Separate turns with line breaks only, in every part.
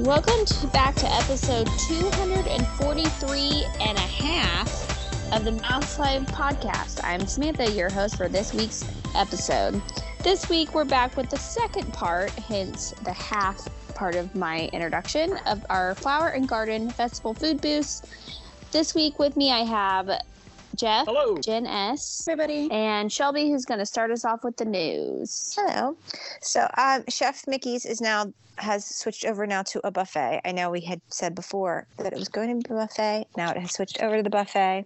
Welcome to, back to episode 243 and a half of the Mouthside Podcast. I'm Samantha, your host for this week's episode. This week, we're back with the second part, hence the half part of my introduction, of our Flower and Garden Festival food booths. This week with me, I have Jeff,
Hello.
Jen S.,
everybody.
and Shelby, who's going to start us off with the news.
Hello. So, um, Chef Mickey's is now has switched over now to a buffet. I know we had said before that it was going to be a buffet. Now it has switched over to the buffet.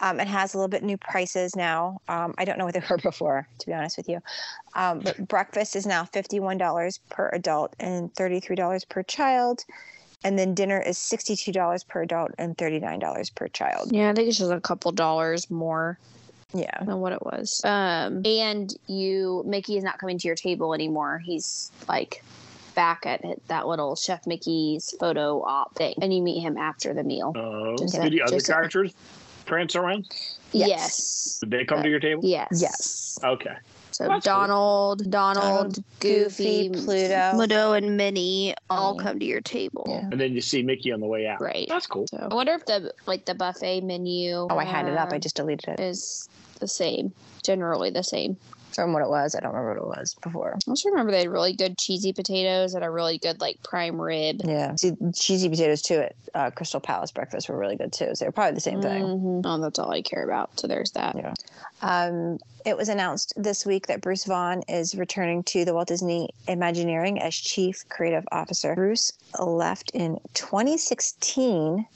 Um, it has a little bit new prices now. Um, I don't know what they were before, to be honest with you. Um, but breakfast is now fifty-one dollars per adult and thirty-three dollars per child, and then dinner is sixty-two dollars per adult and thirty-nine dollars per child.
Yeah, I think it's just a couple dollars more
Yeah.
than what it was. Um, and you, Mickey is not coming to your table anymore. He's like back at it- that little Chef Mickey's photo op thing, and you meet him after the meal.
Uh,
Just
do
a-
the other
just a-
characters prance around?
Yes.
Did they come
Uh,
to your table?
Yes.
Yes.
Okay.
So
That's cool.
Donald, Donald,
Donald,
Goofy,
Goofy, Pluto.
Pluto, and Minnie all
Minnie.
come to your table.
Yeah.
And then you see Mickey on the way out.
Right.
That's cool.
So I wonder if the like the buffet menu.
Oh, I had it up.
uh,
I just deleted it
is the same. Generally the same.
from what it was. I don't remember what it was before.
I also remember they had really good cheesy potatoes and a really good like prime rib.
Yeah. See, cheesy potatoes too at uh, Crystal Palace breakfast were really good too. So they're probably the same thing.
Mhm. Oh, that's all I care about. So there's that.
Yeah. Um, it was announced this week that Bruce Vaughn is returning to the Walt Disney Imagineering as Chief Creative Officer. Bruce left in 2016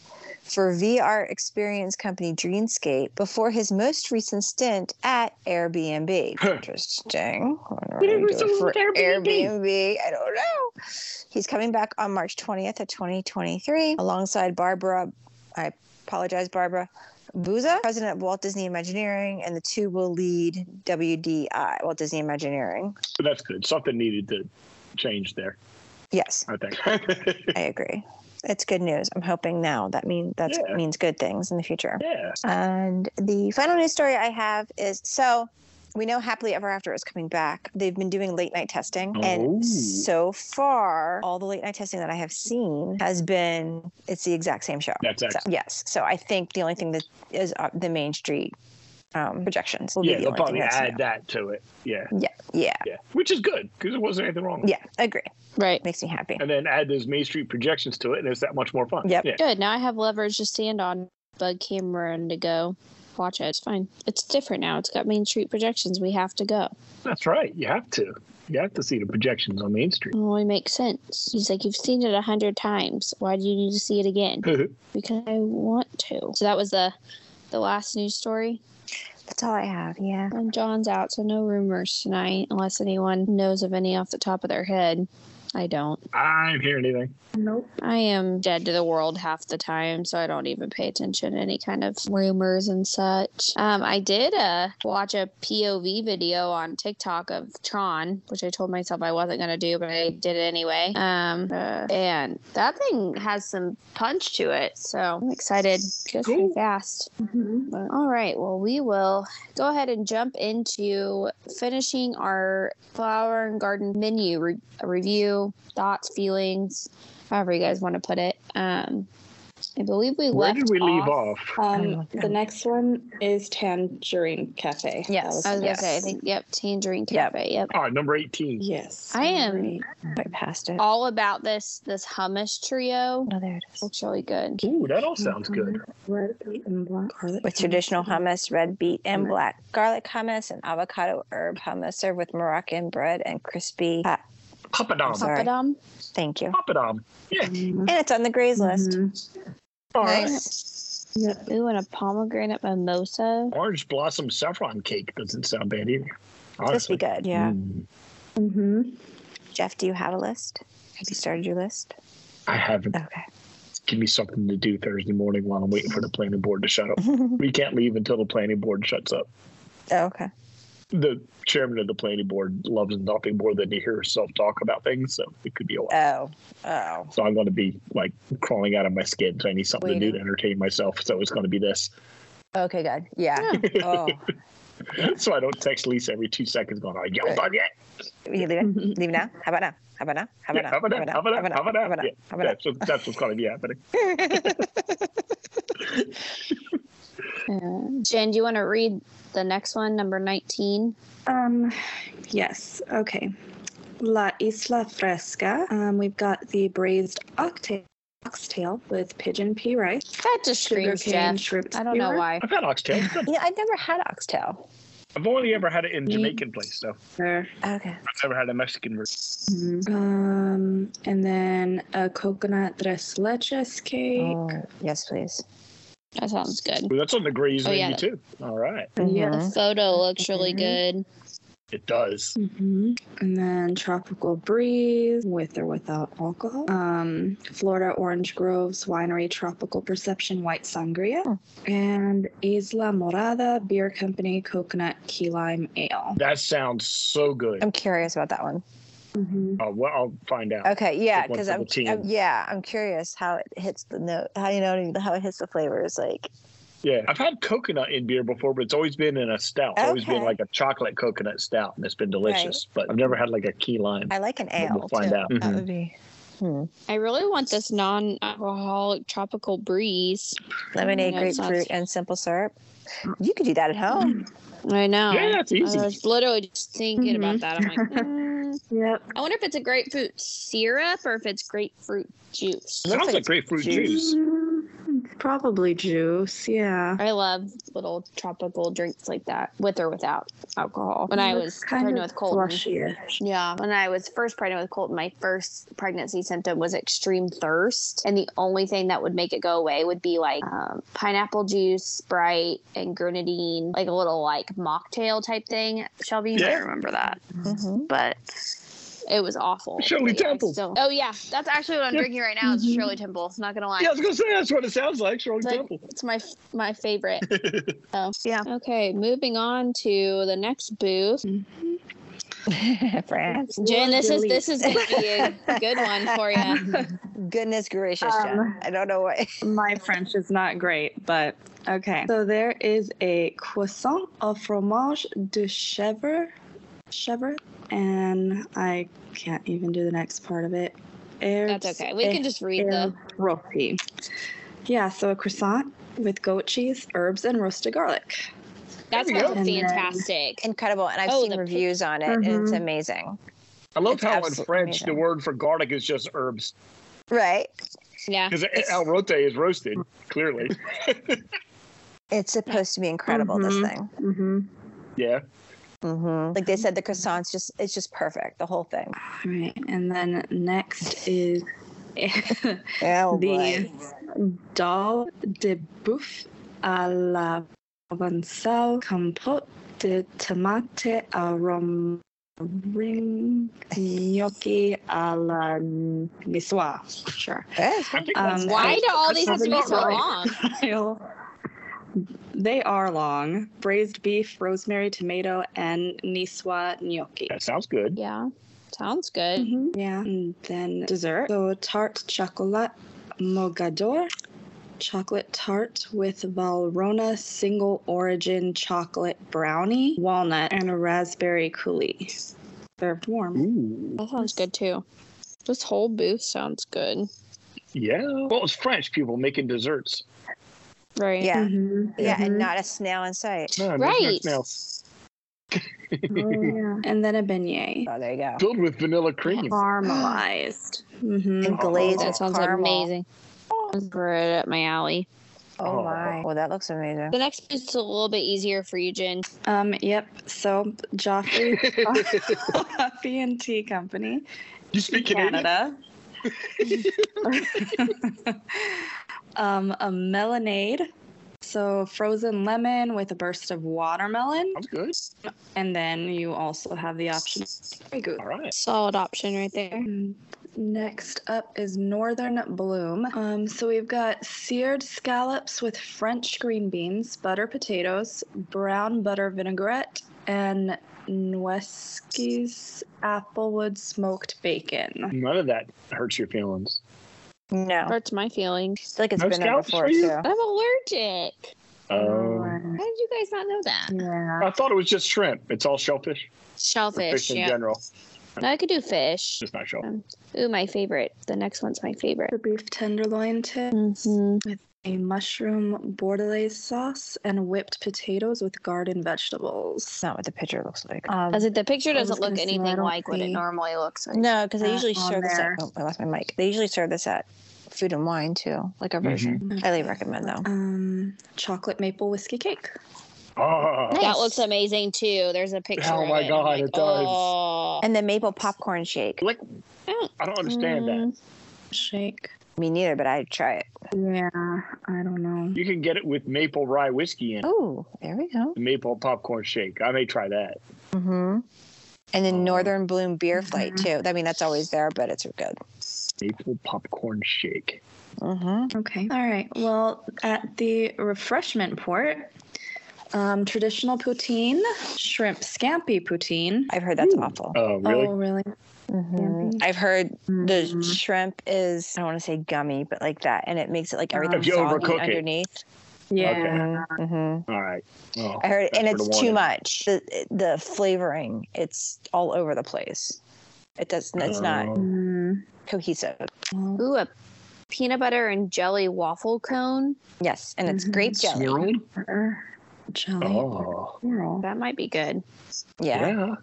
for VR experience company Dreamscape before his most recent stint at Airbnb. Interesting. Wonder
Did he
what he did
recently
for
leave Airbnb?
Airbnb. I don't know. He's coming back on March 20th of 2023 alongside Barbara. I apologize, Barbara. Buza, president of Walt Disney Imagineering, and the two will lead WDI, Walt Disney Imagineering.
That's good. Something needed to change there,
Yes,
I think.
I agree. It's good news. I'm hoping now that mean that
Yeah.
means good things in the future.
yeah.
And the final news story I have is so we know Happily Ever After is coming back. They've been doing late night testing.
Oh.
And so far, all the late night testing that I have seen has been, it's the exact same show.
That's
So,
excellent.
yes. So I think the only thing that is uh, the Main Street um, projections will
yeah,
be the
they'll probably
only thing that's new.
add that to it. Yeah.
Yeah.
Yeah. Which is good because there wasn't anything wrong with
Yeah. Agree.
Right.
Makes me happy.
it. And then add those Main Street projections to it, and it's that much more fun.
Yep.
Yeah.
Good. Now I have leverage to stand on. Bug camera and to go watch it. It's fine. It's different now. It's got Main Street projections. We have to go.
That's right. You have to. You have to see the projections on Main Street.
It only makes sense. He's like, you've seen it a hundred times. Why do you need to see it again? Because I want to. So that was the the last news story.
That's all I have. Yeah.
And John's out, so no rumors tonight, unless anyone knows of any off the top of their head. I don't.
I didn't hear anything.
I am dead to the world half the time, so I don't even pay attention to any kind of rumors and such. Um, I did uh, watch a POV video on TikTok of Tron, which I told myself I wasn't going to do, but I did it anyway. Um, uh, and that thing has some punch to it, so I'm excited. Just
Cool.
fast.
Mm-hmm.
But, all right, well, we will go ahead and jump into finishing our flower and garden menu re- review, thoughts, feelings, however you guys want to put it. Um, I believe we
Where
left.
did we leave
off-
off?
Um,
Oh,
the next one is Tangerine Cafe. That
Yes.
I was
Yes.
gonna say, I think, yep, Tangerine
Yep.
Cafe, yep.
All right, number 18.
yes.
I am-
Right.
I passed it.
All about this this hummus trio.
Oh, there it is.
Looks really good.
Ooh, that all sounds good.
Mm-hmm.
Red beet and black garlic.
With traditional hummus, red beet, and black garlic hummus, and avocado herb hummus served with Moroccan bread and crispy. Ah,
Papadom.
Sorry.
Papadum.
thank you.
Papadom. Yeah.
Mhm.
And it's on the Grays list.
Mhm.
All right.
Nice.
Yep.
Ooh, and a pomegranate mimosa.
Orange blossom saffron cake doesn't sound bad either.
This
Honestly.
be good.
Mm,
Mhm.
Jeff, do you have a list? Have you started your list?
I haven't.
Okay.
Give me something to do Thursday morning while I'm waiting for the planning board to shut up. We can't leave until the planning board shuts up.
okay.
The chairman of the planning board loves nothing more than to hear herself talk about things, so it could be a while.
Oh. Oh.
so I'm going to be like crawling out of my skin. So I need something to do
Waiting.
to entertain myself. So it's going to be this.
Okay, good. Yeah.
Yeah.
oh.
so I don't text Lisa every two seconds going, "Are y'all
Right.
done yet?"
You leave it? Leave now? How about now? How about now? How
Yeah,
about now?
how about that? How about that? How about
How about
that?
now?
Yeah,
How about
That's what- that's what's going to be happening.
Uh, Jen, do you want to read the next one, number 19?
Um, yes. Okay. La Isla Fresca. Um, we've got the braised oxtail, oxtail with pigeon pea rice,
That just
sugar
screams
cane,
Jeff.
shrimp.
I don't know
skewer.
why.
I've had oxtail. It's good.
now? Yeah, I've never had oxtail.
I've only ever had it in Jamaican place, though.
Sure.
Okay.
I've never had a Mexican version.
Um, and then a coconut tres leches cake.
Oh, yes, please.
That sounds good.
Well, that's on the Grays
Oh,
menu
yeah.
too. All right,
Mm-hmm.
Yes.
Photo looks really
Mhm.
Mm-hmm.
good.
it does.
hmm And then tropical breeze with or without alcohol. Um, Florida Orange Groves Winery Tropical Perception White Sangria.
Oh.
And Isla Morada Beer Company Coconut Key Lime Ale.
That sounds so good.
I'm curious about that one.
Mhm.
Uh, well, I'll find out.
Okay, yeah,
Take one
because
for
I'm,
the team.
I'm- yeah, I'm curious how it hits the note. How you know what I mean, how it hits the flavors, like
Yeah, I've had coconut in beer before, but it's always been in a stout. It's always been
Okay.
like a chocolate coconut stout, and it's been delicious. But I've never had like a key lime.
I like an ale.
we'll find
too.
out.
That
Mhm.
would be hmm.
I really want this non alcoholic tropical breeze.
lemonade,
Yeah, it sounds-
grapefruit, and simple syrup. You could do that at home.
Oh, I know.
Yeah, it's easy.
I was literally just thinking about
Mhm.
that. I'm like, mm,
Yep.
I wonder if it's a grapefruit syrup or if it's grapefruit juice.
Looks
Sounds
like
like grapefruit
juice.
juice.
Mm, Probably juice, yeah.
I love little tropical drinks like that, with or without alcohol. When I was pregnant with Colton,
Flushy-ish.
Yeah, when I was first pregnant with Colton, my first pregnancy symptom was extreme thirst, and the only thing that would make it go away would be like um, pineapple juice, Sprite, and grenadine, like a little like mocktail type thing. Shelby, you
Yeah.
might remember that,
Mhm.
but it was awful.
Shirley
But yeah, I
Temple.
still- oh yeah, that's actually what I'm
Yeah.
drinking right now. It's
Mhm.
Shirley Temple. Not gonna lie.
Yeah, I was gonna say that's what it sounds like. Shirley
Like-
Temple.
It's my my favorite. oh yeah. Okay, moving on to the next booth.
Mhm.
Mm-hmm. France.
Jen, this is
Lovely.
this is gonna be a good one for you.
Goodness gracious, Jen.
Um,
I don't know what.
My French is not great, but okay. So there is a croissant au fromage de chèvre, chèvre, and I can't even do the next part of it.
That's okay. We can just read the.
roti. Yeah, so a croissant with goat cheese, herbs, and roasted garlic.
That
There you
sounds
go. And then-
fantastic.
Incredible, and I've
Oh,
seen
the pic-
reviews on it, and it's
Mhm.
amazing.
I love
It's
how in
absolutely
French the
amazing.
word for garlic is just herbs
Right?
Yeah.
because al rote is uh, roasted. Clearly,
It's supposed to be incredible. This
Mhm.
thing.
Mm-hmm.
yeah.
Mm-hmm. Like they said, the croissant's just it's just perfect. The whole thing.
All right, and then next is
Oh
the dal de boeuf à la provençale compote de tomate arom ring gnocchi à la niçoise. Sure.
I think
Um,
that's-
Why do all
that's
these have to be
not
so
right.
long?
Kyle. They are long. Braised beef, rosemary, tomato, and niçoise gnocchi.
That sounds good.
Yeah. Sounds good.
Mm-hmm.
Mhm. Yeah, and then dessert. So tart chocolate mogador, chocolate tart with Valrhona single origin chocolate brownie, walnut, and a raspberry coulis. Served warm.
Ooh,
That sounds good too. This whole booth sounds good.
yeah. Well, it's French people making desserts.
Right.
Yeah.
Mhm.
Yeah, and
Mhm.
not a snail in sight.
No, no, no,
Right.
no.
and then a beignet,
Oh, there you go.
Filled with vanilla cream.
caramelized. Mhm.
And glazed
Oh,
That
with
sounds
caramel.
amazing. That's Right up my alley.
Oh
Oh.
my! Well, that looks amazing.
The next booth's a little bit easier for you, Jen.
Um, yep. So Joffrey Coffee and Tea Company.
you speak Canadian?
Canada. um, a melonade. So frozen lemon with a burst of watermelon.
Sounds good.
And then you also have the option of cherry goop.
All right.
Solid option right there.
Mm, Next up is Northern Bloom. Um, so we've got seared scallops with French green beans, butter potatoes, brown butter vinaigrette, and Nwesky's applewood smoked bacon.
None of that hurts your feelings.
No, I
Hurts my feelings.
feel like it's
No
been there
scallops
before
for you?
too.
I'm allergic.
Um,
I
How did you guys not know that?
Yeah.
I thought it was just shrimp. It's all shellfish. or
Shellfish.
fish in
yeah.
general.
No, I could do fish.
Just not shellfish.
Ooh, my favorite. The next one's my favorite.
The beef tenderloin tip,
Mm.
Mhm.
a mushroom bordelaise sauce, and whipped potatoes with garden vegetables.
It's not what the picture looks like. Um,
As if the picture
I was
doesn't look
gonna say, I
anything
don't
like what it
see-
normally looks like.
no, because they
Uh,
usually
on
serve this. At,
there.
oh, I lost my mic. They usually serve this at Food and Wine too, like
Mm-hmm.
a version. Highly recommend though.
Mm. Um, chocolate maple whiskey cake.
Ah,
That looks amazing too. There's a picture.
Oh
of
my
it. I'm
God,
like,
it does.
"Oh."
And the maple popcorn shake.
like I don't understand that.
Shake.
Me neither, but I'd try it.
Yeah, I don't know.
You can get it with maple rye whiskey in it.
Oh, there we go.
Maple popcorn shake. I may try that.
Mm-hmm. And then
Oh.
Northern Bloom beer flight
Mhm.
too. I mean, that's always there, but it's good.
Maple popcorn shake.
Mm-hmm.
Okay. All right. Well, at the refreshment port, um, traditional poutine, shrimp scampi poutine.
I've heard that's
Ooh.
awful.
Oh, really?
Oh, really?
Mm-hmm.
Scampi?
I've heard the
Mm.
shrimp is I don't want to say gummy, but like that, and it makes it like
Um,
everything
If
you
soggy
overcook it.
underneath.
Yeah.
Mm-hmm.
All right. Oh,
I heard, and
that's
it's
what I wanted.
too much. The the flavoring, it's all over the place. It does. It's not
Oh.
Mm.
cohesive.
Well,
Ooh, a peanut butter and jelly waffle cone.
Yes, and it's
Mhm.
grape jelly.
Swirled?
or Jelly. or
Oh,
Swirl.
That might be good.
Yeah,
yeah.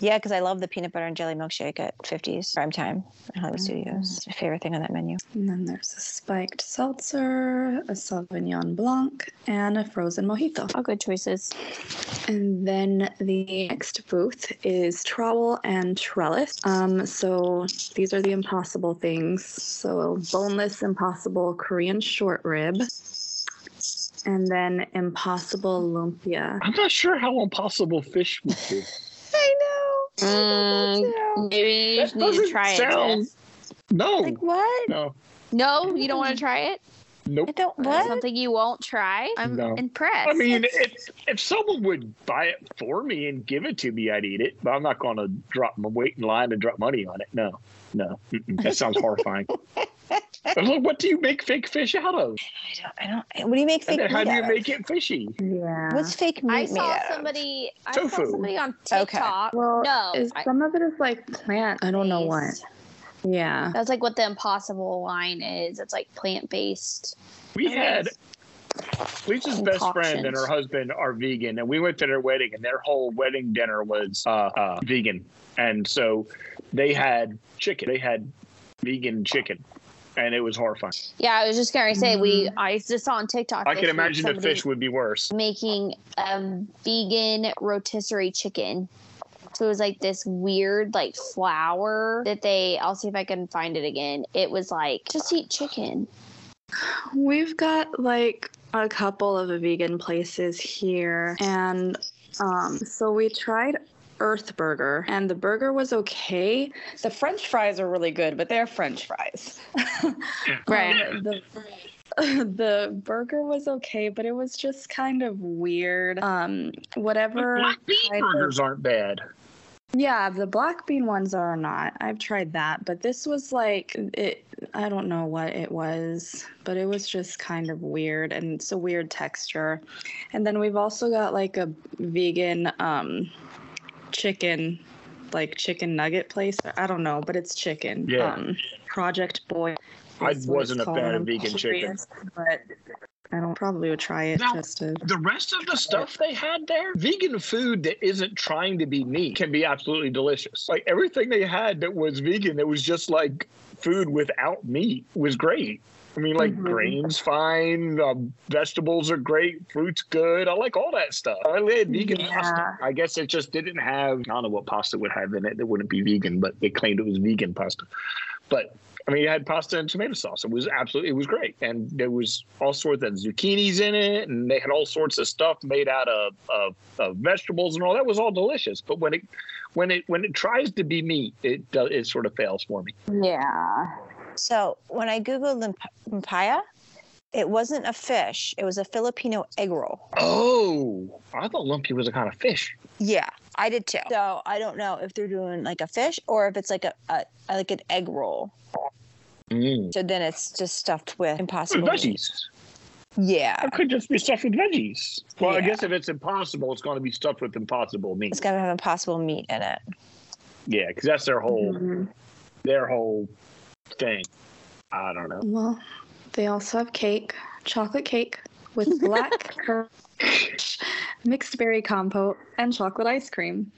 yeah, because I love the peanut butter and jelly milkshake at 50s prime time at Hollywood
Mhm.
Studios. It's my favorite thing on that menu.
And then there's a spiked seltzer, a Sauvignon Blanc, and a frozen mojito.
All good choices.
And then the next booth is trowel and trellis. Um, so these are the impossible things. So boneless, impossible Korean short rib, and then impossible lumpia.
I'm not sure how impossible fish would be.
I know.
Mm, maybe you
That
just need to
doesn't
try it.
sound-
Jess.
No,
Like what?
no,
No, you don't want to try it.
nope.
I don't. What?
Something you won't try. I'm
No.
impressed.
I mean, if if someone would buy it for me and give it to me, I'd eat it. But I'm not going to drop my weight in line and drop money on it. No, no, Mm-mm. that sounds horrifying. And look, what do you make fake fish out of?
I don't. I don't. What do you make
And
fake
then how
meat
do you
out of?
make it fishy?
Yeah.
What's fake meat
I
made
saw
out of?
somebody. I saw
Tofu.
somebody on
Okay.
TikTok.
well,
No,
is,
I-
some of it is like plant. I don't know what.
based.
Yeah.
That's like what the impossible line is. It's like plant based.
We
Okay.
had Lisa's best friend and
Concoctions.
her husband are vegan, and we went to their wedding, and their whole wedding dinner was uh, uh, vegan, and so they had chicken. They had vegan chicken, and it was horrifying.
Yeah, I was just gonna say we. I just saw on TikTok.
I
this
can
week
imagine the
somebody
fish would be worse.
making a vegan rotisserie chicken. So it was like this weird like flour that they. I'll see if I can find it again. It was like just eat chicken.
We've got like a couple of vegan places here, and um, so we tried Earth Burger, and the burger was okay. The French fries are really good, but they're French fries. Um, the, the burger was okay, but it was just kind of weird. Um, whatever.
Black bean
type
burgers aren't bad.
Yeah, the black bean ones are not. I've tried that, but this was like it I don't know what it was, but it was just kind of weird and it's a weird texture. And then we've also got like a vegan um chicken like chicken nugget place. I don't know, but it's chicken.
Yeah.
Um Project Boy.
I
is what
wasn't
it's
a
called,
fan
and
of
I'm
vegan chicken.
curious, But I don't probably would try it
Now-
just to
The rest of the stuff they had there, vegan food that isn't trying to be meat can be absolutely delicious. Like everything they had that was vegan, that was just like food without meat was great. I mean, like
Mhm.
grains fine, um, vegetables are great, fruits good. I like all that stuff. I had vegan
Yeah.
pasta. I guess it just didn't have. I don't know what pasta would have in it that wouldn't be vegan, but they claimed it was vegan pasta. But I mean, it had pasta and tomato sauce. It was absolutely, it was great. And there was all sorts of zucchinis in it, and they had all sorts of stuff made out of, of, of vegetables and all that was all delicious. But when it, when it, when it tries to be meat, it does, it sort of fails for me.
Yeah.
So when I googled limp- limpia, it wasn't a fish. It was a Filipino egg roll.
Oh, I thought lumpy was a kind of fish.
Yeah, I did too. So I don't know if they're doing like a fish or if it's like a, a a- like an egg roll.
Mm.
So then it's just stuffed with
It
impossible.
was
meat.
Mm. veggies.
Yeah.
It could just be stuffed with veggies. Well, I
Yeah.
guess if it's impossible, it's going to be stuffed with impossible meat.
It's got to have impossible meat in it.
Yeah, because that's their whole
Mhm.
their whole thing. I don't know.
Well, they also have cake, chocolate cake with black currant, mixed berry compote, and chocolate ice cream.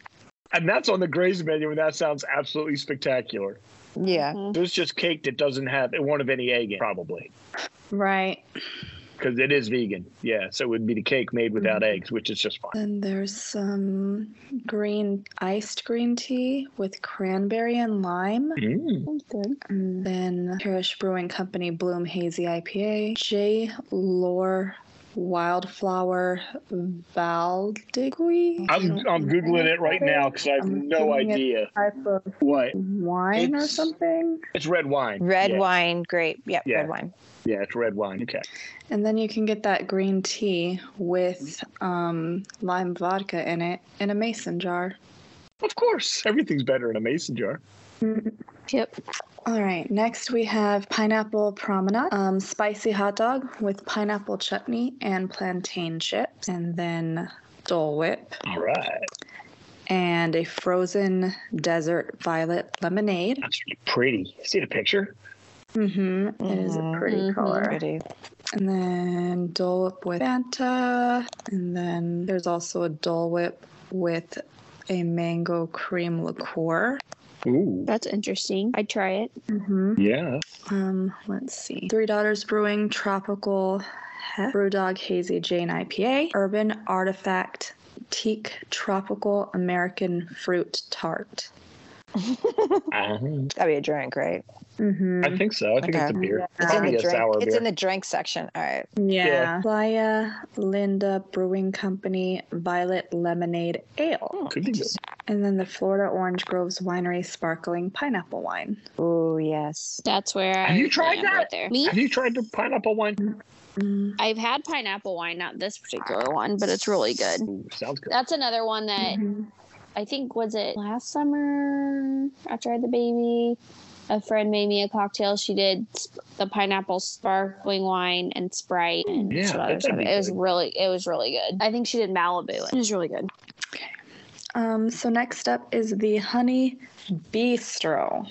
And that's on the Gray's menu, and that sounds absolutely spectacular.
Yeah.
There's just cake that doesn't have it won't have any egg in, it, probably.
Right.
Because it is vegan. Yeah. So it would be the cake made without
Mm-hmm.
eggs, which is just fine.
Then there's some green iced green tea with cranberry and lime.
Mm.
Sounds good.
And then Parish Brewing Company Bloom Hazy IPA. J. Lore Wildflower Valdigui.
I'm I'm googling it right now because I have
I'm
no
googling it.
idea
Type of
what
wine or
It's-
something.
it's red wine.
Red
yeah.
wine, grape. Yep.
Yeah.
Red wine.
Yeah, it's red wine. Okay.
And then you can get that green tea with um, lime vodka in it in a mason jar.
Of course. Everything's better in a mason jar.
Yep.
All right, next we have pineapple promenade, um, spicy hot dog with pineapple chutney and plantain chips, and then Dole Whip
All right.
and a frozen desert violet lemonade.
That's really pretty. See the picture?
Mm-hmm. It is a
Mhm.
pretty
Mhm.
color.
Pretty.
And then Dole Whip with Fanta. And then there's also a Dole Whip with a mango cream liqueur.
Ooh.
That's interesting. I'd try it.
Mm-hmm.
Yeah.
Um, let's see. Three Daughters Brewing Tropical Hef, Brewdog Hazy Jane IPA, Urban Artifact Teak Tropical American Fruit Tart.
Uh-huh.
That'd be a drink, right?
Mm-hmm.
I think so. I think it's a
Okay.
beer.
Yeah.
It's in
Probably
the
a
drink.
sour
It's
beer.
in the drink section. All right.
Yeah.
Yeah.
Playa Linda Brewing Company Violet Lemonade Ale.
Could be good.
And then the Florida Orange Groves Winery Sparkling Pineapple Wine.
Oh yes.
That's where I
Have you tried
am
that?
right there. Me?
Have you tried the pineapple wine?
Mm.
I've had pineapple wine, not this particular one, but it's really good.
Ooh, sounds good.
That's another one that
Mhm.
I think was it last summer after I had the baby. A friend made me a cocktail. She did sp- the pineapple sparkling wine and Sprite and
Yeah,
some other
that'd
stuff.
be
It was
good.
really, it was really good. I think she did Malibu. It was really good.
Um, so next up is the Honey Bistro.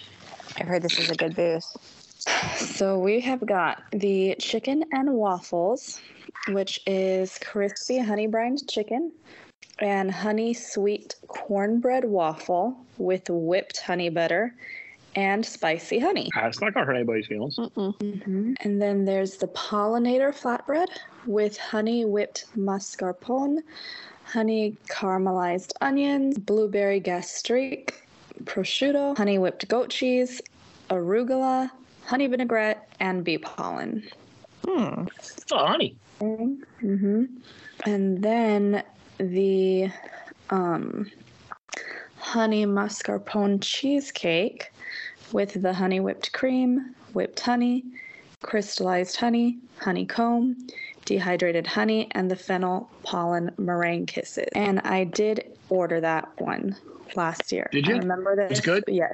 I've heard this is a good booth.
So we have got the chicken and waffles, which is crispy honey brined chicken and honey sweet cornbread waffle with whipped honey butter and spicy honey.
Uh, it's not gonna hurt anybody's feelings.
Mm-mm.
And then there's the pollinator flatbread with honey whipped mascarpone, honey caramelized onions, blueberry gastrique, prosciutto, honey whipped goat cheese, arugula, honey vinaigrette, and bee pollen.
Hmm.
Oh, honey.
Mm-hmm. And then the um, honey mascarpone cheesecake with the honey whipped cream, whipped honey, crystallized honey, honeycomb, dehydrated honey, and the fennel pollen meringue kisses. And I did order that one last year.
Did
I
you?
remember that.
It's good?
Yes.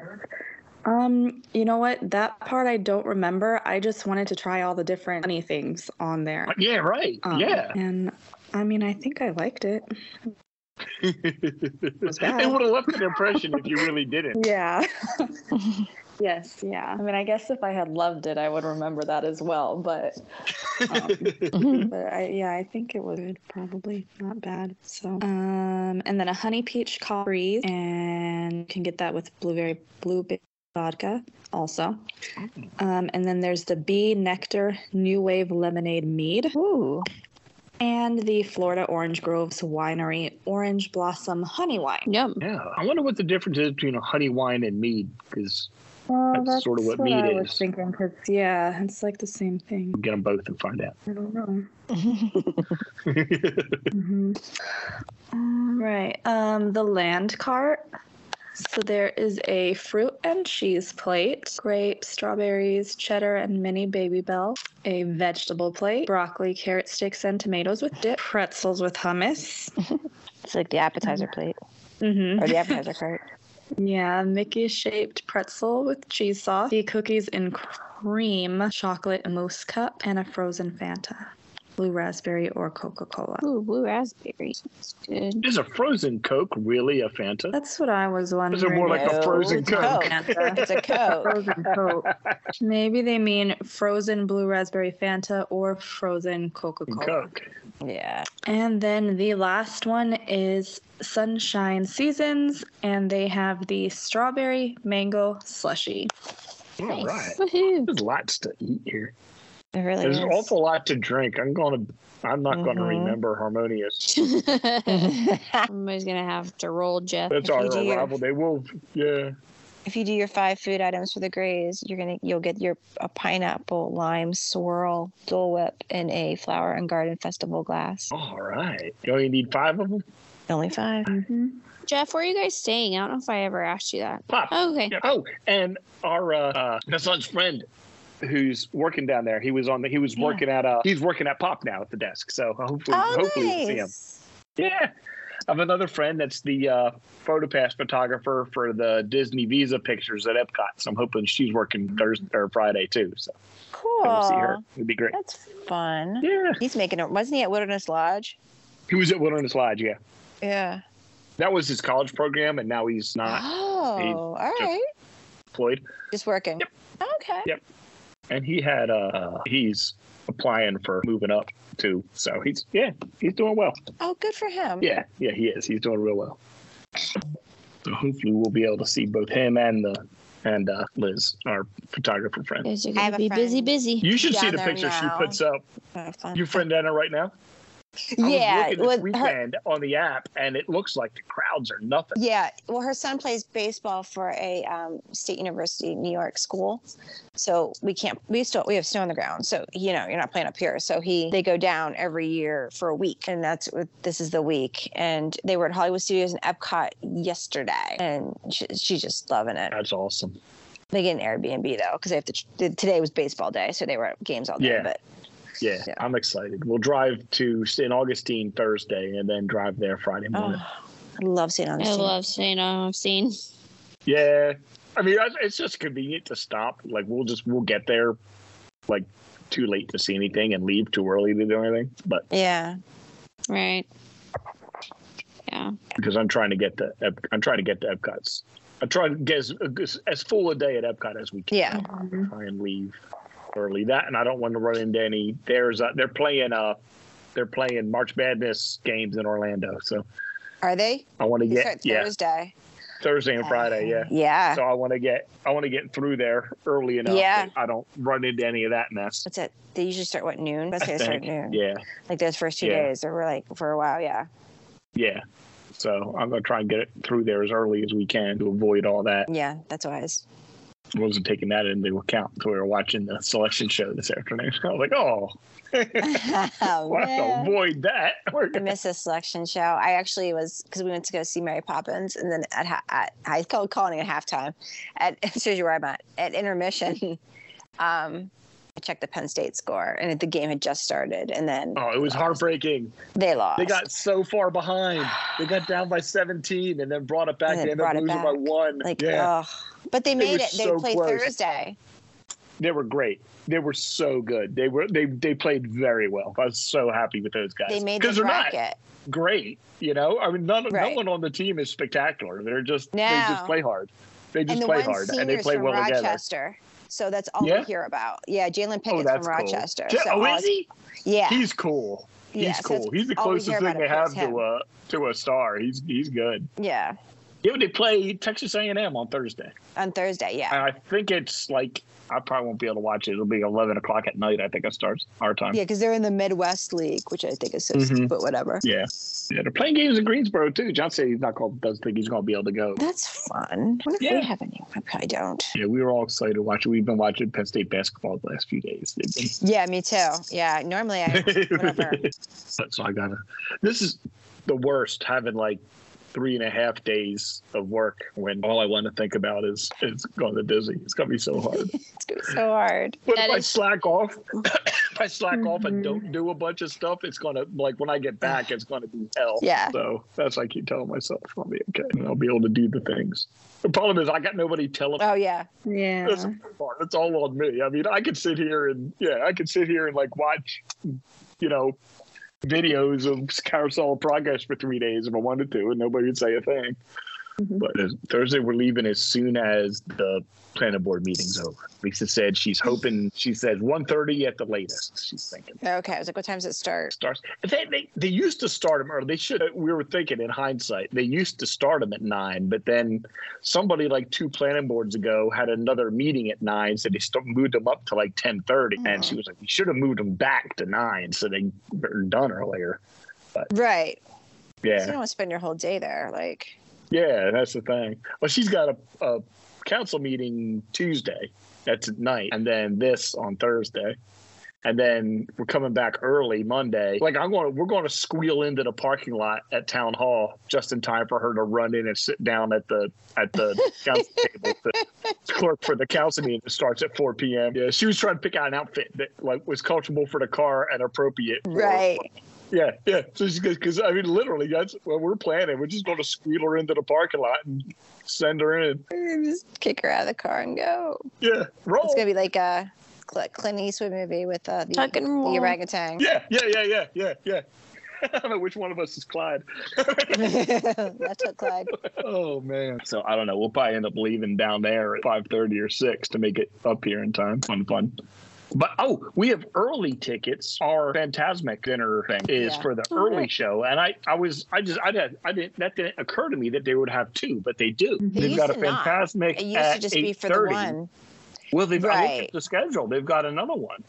Um, you know what? That part I don't remember. I just wanted to try all the different honey things on there.
Yeah, right.
Um,
yeah.
And I mean, I think I liked it. was
it
bad.
would have left an impression if you really didn't.
Yeah. yes. Yeah. I mean, I guess if I had loved it, I would remember that as well. But, um, but I, yeah, I think it was good. Probably not bad. So, um, and then a honey peach coffee, and you can get that with blueberry blueberry vodka also. Um, and then there's the bee nectar new wave lemonade mead.
Ooh.
and the Florida Orange Groves Winery Orange Blossom Honey Wine.
Yum.
Yeah. I wonder what the difference is between a honey wine and mead, because
Well,
That's that's sort of what what mead I was is.
thinking, because yeah, it's like the same thing.
we'll get them both and find out.
I don't know. Mm-hmm. Right. Um, the land cart. So there is a fruit and cheese plate, grapes, strawberries, cheddar, and mini baby bell, a vegetable plate, broccoli, carrot sticks, and tomatoes with dip, pretzels with hummus.
It's like the appetizer plate
Mm-hmm.
or the appetizer cart.
Yeah, Mickey shaped pretzel with cheese sauce, the cookies in cream, chocolate mousse cup, and a frozen Fanta. blue raspberry, or Coca Cola.
Ooh, blue raspberry. That's good.
Is a frozen Coke really a Fanta?
That's what I was
Is
wondering.
it more like a
No,
frozen
it's
Coke?
Coke.
Fanta.
It's a Coke.
Frozen Coke. Maybe they mean frozen blue raspberry Fanta or frozen Coca Cola.
Mm, Coke.
yeah.
And then the last one is Sunshine Seasons, and they have the strawberry mango slushy.
All right.
Woohoo.
There's lots to eat here.
It really
There's
is.
an awful lot to drink. I'm gonna. I'm not gonna
Mhm.
remember harmonious.
Somebody's gonna have to roll Jeff.
That's
If
our
you do your-
arrival. They will. Yeah.
if you do your five food items for the Grays, you're gonna you'll get your a pineapple, lime, swirl, Dole Whip, and a flower and garden festival glass.
All right. You only need five of them.
Only five.
Jeff, where are you guys staying? I don't know if I ever asked you that.
Pop.
Okay.
Yeah. Oh, and our uh, uh, my son's friend, who's working down there. He was on the. He was
Yeah.
working at. Uh, he's working at Pop now at the desk. So hopefully,
Oh,
hopefully we'll see him.
nice.
Yeah. I have another friend that's the uh, PhotoPass photographer for the Disney Visa pictures at Epcot. So I'm hoping she's working Thursday or Friday too. So we'll see her.
Cool.
It'd be great.
That's fun.
Yeah.
He's making it. Wasn't he at Wilderness Lodge?
He was at Wilderness Lodge. Yeah.
Yeah.
That was his college program, and now Uh, he's not
Oh, all
just-
right.
employed.
Just working.
Yep.
Okay.
Yep. And he had uh he's applying for moving up too. So he's yeah, he's doing well.
Oh, good for him.
Yeah, yeah, he is. He's doing real well. So hopefully we'll be able to see both him and the and uh, Liz, our photographer friend.
Guys are
have
gonna
a
be busy,
friend.
busy.
You should
Yeah,
see the
they're
picture she
now.
puts up.
Have fun.
Your friend Anna right now. I
yeah.
was looking
with
this
her-
weekend on the app, and it looks like the crowds are nothing.
Yeah, well, her son plays baseball for a um, state university New York school, so we can't. We still we have snow on the ground, so you know you're not playing up here. So he they go down every year for a week, and that's what this is the week. And they were at Hollywood Studios in Epcot yesterday, and she, she's just loving it.
That's awesome.
They get an Airbnb though, because they have to. tr- Today was baseball day, so they were at games all day.
Yeah.
But
Yeah,
Yeah.
I'm excited. We'll drive to St. Augustine Thursday and then drive there Friday morning.
oh, I love seeing on the
I
scene.
love seeing all I've seen.
Yeah, I mean I- it's just convenient to stop. Like we'll just we'll get there like too late to see anything and leave too early to do anything. But
Yeah,
Right. Yeah.
because I'm trying to get to Ep- I'm trying to get to Epcot's. I'm trying to get as, as, as full a day at Epcot as we can.
yeah.
Mm-hmm.
Try and leave early that, and I don't want to run into any. There's a, they're playing uh they're playing March Madness games in Orlando, so
Are they?
I want to
They
get
start
yeah
Thursday.
Thursday and Friday yeah.
Yeah.
So I want to get I want to get through there early enough.
Yeah.
that I don't run into any of that mess.
What's it? They usually start what noon? Let's say they start at
think.
noon.
Yeah,
Like those first two
Yeah.
days, they were like for a while, yeah,
yeah. So I'm gonna try and get it through there as early as we can to avoid all that.
yeah, that's wise.
I wasn't taking that into account until we were watching the selection show this afternoon. I was like, oh,
oh,
we'll have to avoid that. We're
I
gonna-
missed a selection show. I actually was because we went to go see Mary Poppins, and then at, ha- at I called calling at halftime. At it shows you where I'm at at intermission. Um, I checked the Penn State score, and the game had just started, and then
Oh, it was heartbreaking.
they lost.
They got so far behind. They got down by 17 and then brought it back.
And then
They ended up
brought it
losing by
back.
one.
like,
yeah,
ugh. but they made
was
it. They
so
played
close.
Thursday. oh.
they were great. They were so good. They were they they played very well. I was so happy with those guys.
They made the
because they're not
bracket.
great. You know, I mean, none, no
Right.
one on the team is spectacular. They're just they
No.
just play hard. They just
and the
play
one
hard
senior's
and they play
from
well together.
Rochester. So that's all
Yeah? Oh,
we hear about. Yeah, Jalen Pickett's
that's
from
cool.
Rochester.
Ja-
so
oh,
all-
is he?
Yeah,
He's cool. He's
yeah, so
cool.
it's-
He's the
all we hear
closest thing
about
they
him is
have to a to a star. He's he's good.
yeah.
Yeah, but they play Texas A and M on Thursday,
On Thursday, yeah,
and I think it's like I probably won't be able to watch it. It'll be eleven o'clock at night. I think it starts our time.
yeah, because they're in the Midwest League, which I think is so,
Mhm.
but whatever.
Yeah. Yeah, they're playing games in Greensboro too. John said he's not going. Doesn't think he's going to be able to go.
That's fun. What if
Yeah.
we have any? I probably don't.
Yeah, we were all excited to watch it. We've been watching Penn State basketball the last few days. They've been
Yeah, me too. Yeah, normally I whatever.
so I gotta. This is the worst having like three and a half days of work when all I want to think about is it's gonna be busy. It's gonna be so hard.
it's gonna be so hard.
But
That
if I
is-
slack off, if I slack off and
Mhm.
don't do a bunch of stuff, it's gonna like when I get back, it's gonna be hell.
Yeah.
So that's why I keep telling myself I'll be okay. and I'll be able to do the things. The problem is I got nobody telling.
Oh yeah,
Yeah.
That's, that's all on me. I mean, I could sit here and yeah, I could sit here and like watch you know, videos of carousel progress for three days if I wanted to, and nobody would say a thing.
Mhm.
But as- Thursday, we're leaving as soon as the planning board meeting's over. Lisa said she's hoping. She says 1.30 at the latest. She's thinking
Okay, I was like, what time does it start?
starts. If they, they they used to start them, or they should. uh, We were thinking in hindsight, they used to start them at nine. But then somebody like two planning boards ago had another meeting at nine, so they st- moved them up to like ten thirty.
Mhm.
And she was like, "You should have moved them back to nine, so they were done earlier."
Right. So you
Yeah,
don't want to spend your whole day there. Like,
yeah, that's the thing. Well, she's got a, a council meeting Tuesday. That's at night, and then this on Thursday. And then we're coming back early Monday. Like I'm going, to we're going to squeal into the parking lot at town hall just in time for her to run in and sit down at the at the council table. The clerk for the council meeting that starts at 4 p.m. Yeah, she was trying to pick out an outfit that like was comfortable for the car and appropriate. for-
right.
yeah, yeah. So she's because I mean, literally, that's what we're planning. We're just going to squeal her into the parking lot and send her in.
Just kick her out of the car and go.
Yeah, roll.
It's gonna be like a Cl- Clint Eastwood movie with uh, the,
Tuck and roll.
the orangutan.
yeah, yeah, yeah, yeah, yeah, yeah. I don't know which one of us is Clyde.
That's what Clyde.
Oh man. So I don't know. We'll probably end up leaving down there at five thirty or six to make it up here in time. Fun, fun. But oh, we have early tickets. Our Phantasmic dinner thing is
Yeah.
for the
Oh,
early
right.
show, and I, I was, I just, I didn't, I didn't, that didn't occur to me that they would have two, but they do.
It
They've
used
got a
to not.
Phantasmic
It used
at
to just be for the
8:30.
one.
Well, they've I looked
Right.
at the schedule. They've got another one.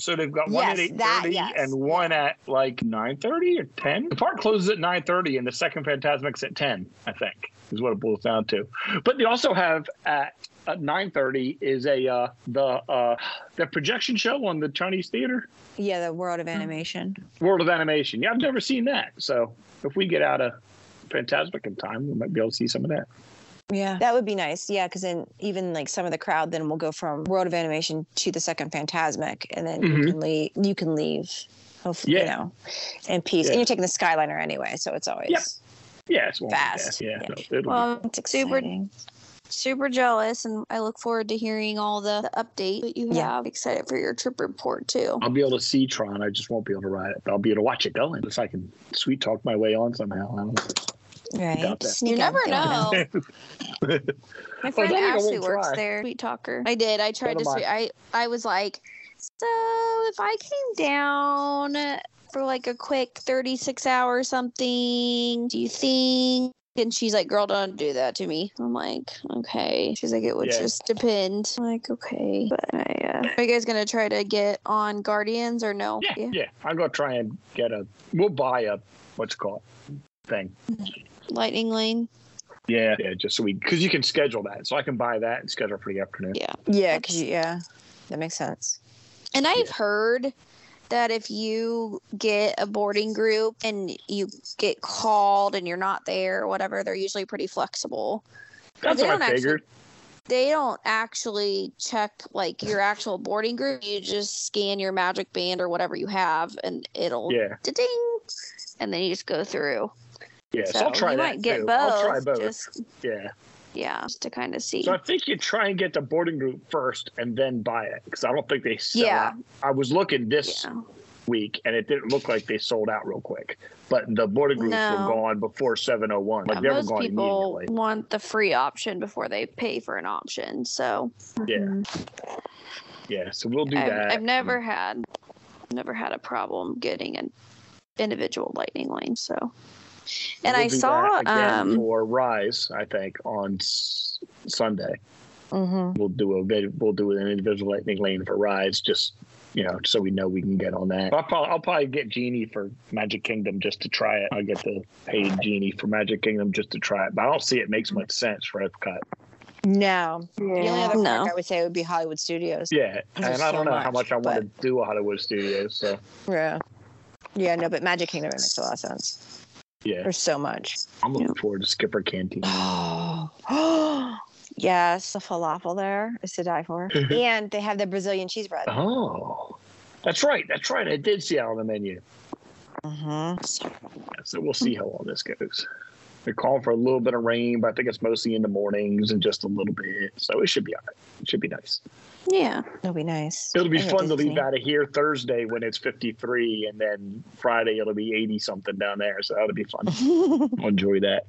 So they've got one at
Yes,
eight
that,
thirty
yes.
and one at like nine thirty or ten. The park closes at nine thirty, and the second Phantasmic's at ten. I think is what it boils down to. But they also have at at nine thirty is a uh, the uh, the projection show on the Chinese Theater.
Yeah, the World of Animation.
World of Animation. Yeah, I've never seen that. So if we get out of Phantasmic in time, we might be able to see some of that.
Yeah.
That would be nice. Yeah, because then even like some of the crowd then will go from World of Animation to the second Phantasmic, and then you
Mhm.
can leave. You can leave. Hopefully, you
Yeah.
know, in peace.
Yeah.
And you're taking the Skyliner anyway, so it's always
Yep. Yeah, it's one
Fast.
Yeah,
Yeah.
so it'll be-
Well,
it's
Super-
exciting.
super jealous, and I look forward to hearing all the, the update that you have.
Yeah.
Excited for your trip report too.
I'll be able to see Tron. I just won't be able to ride it, but I'll be able to watch it going if I can sweet talk my way on somehow. I don't
Right.
Doubt that.
Sneak
you
out
never
there.
know. My friend
don't think I
Ashley
won't
works
try.
there. Sweet talker. I did. I tried
Never
to. Sweet, I I was like, so if I came down for like a quick thirty six hour or something, do you think? And she's like, "Girl, don't do that to me." I'm like, "Okay." She's like, "It would
Yeah.
just depend." I'm like, "Okay." But I, uh, are you guys gonna try to get on Guardians or no?
Yeah, yeah, I'm gonna try and get a. We'll buy a what's it called thing.
Lightning Lane.
Yeah, yeah, just so we because you can schedule that, so I can buy that and schedule for the afternoon.
Yeah.
Yeah, 'cause you- yeah, that makes sense.
And I've heard that if you get a boarding group and you get called and you're not there or whatever, they're usually pretty flexible.
That's
They
what
don't
I
actually-
figured.
They don't actually check like your actual boarding group. You just scan your magic band or whatever you have and it'll
yeah,
ding and then you just go through.
yeah. So,
so
I'll try
you
that
might get
too.
both.
I'll try both.
Just
yeah.
yeah, just to kind of see.
So I think you try and get the boarding group first and then buy it because I don't think they sell
Yeah.
out. I was looking this
yeah.
week and it didn't look like they sold out real quick. But the border groups
No.
were gone before 701. Like
Yeah,
they were
most
gone
people
immediately.
want the free option before they pay for an option. So
Yeah. Yeah. So we'll do
Mm-hmm. I've,
that.
I've never had never had a problem getting an individual lightning lane so and
We'll
i
do that
saw
again
um
for Rise, I think, on s- Sunday.
Mm-hmm.
We'll do a vid- we'll do an individual lightning lane for Rise just you know, so we know we can get on that. I'll probably, I'll probably get Genie for Magic Kingdom just to try it. I'll get the paid Genie for Magic Kingdom just to try it. But I don't see it makes much sense for Epcot.
No, the only other park
No.
I would say would be Hollywood Studios.
Yeah. And
There's
I
so
don't know how
much,
much I want to
but-
do Hollywood Studios. So
Yeah. Yeah, no, but Magic Kingdom it makes a lot of sense.
Yeah,
There's so much.
I'm looking forward to Skipper Canteen.
Oh, yes, the falafel there is to die for,
Mm-hmm.
and they have the Brazilian cheese bread.
Oh, that's right. That's right. I did see it on the menu.
Mm-hmm.
So we'll see how all this goes. They're calling for a little bit of rain, but I think it's mostly in the mornings and just a little bit. So it should be all right. It should be nice.
Yeah.
It'll be nice.
It'll be
I hate
fun to
Disney.
leave out of here Thursday when it's 53, and then Friday it'll be 80 something down there. So that'll be fun. I'll enjoy that.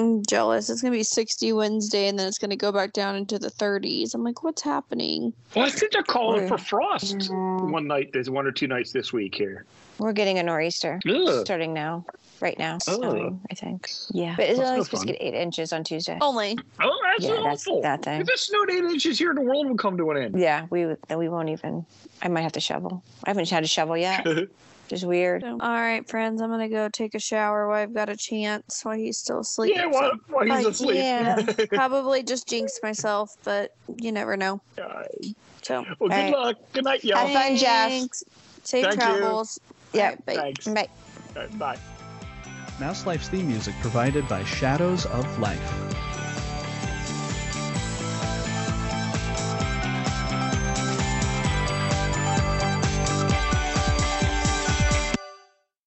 I'm jealous. It's gonna be 60 Wednesday, and then it's gonna go back down into the 30s. I'm like, what's happening?
Well, I think they're calling for frost
Mm,
one night. There's one or two nights this week here.
We're getting a nor'easter
Ugh.
starting now, right now. it's Snowing, I think. Yeah, but it's
That's
only
no
supposed to
fun.
get eight inches on Tuesday.
Only
Oh, that's
yeah, that's
awful.
that thing.
if it snowed eight inches here, the world would come to an end.
Yeah, we would- then we won't even. I might have to shovel. I haven't had a shovel yet, which is weird.
All right, friends. I'm gonna go take a shower while I've got a chance while he's still asleep.
yeah, while, while he's
Like,
asleep.
yeah. Probably just jinx myself, but you never know. So
Well, good
Right.
luck. Good night, y'all.
Have fun, Jeff.
thanks. Safe
Thank you.
travels.
Yep.
All right, bye.
Thanks.
But
All right, bye.
Mouse Life's theme music provided by Shadows of Life.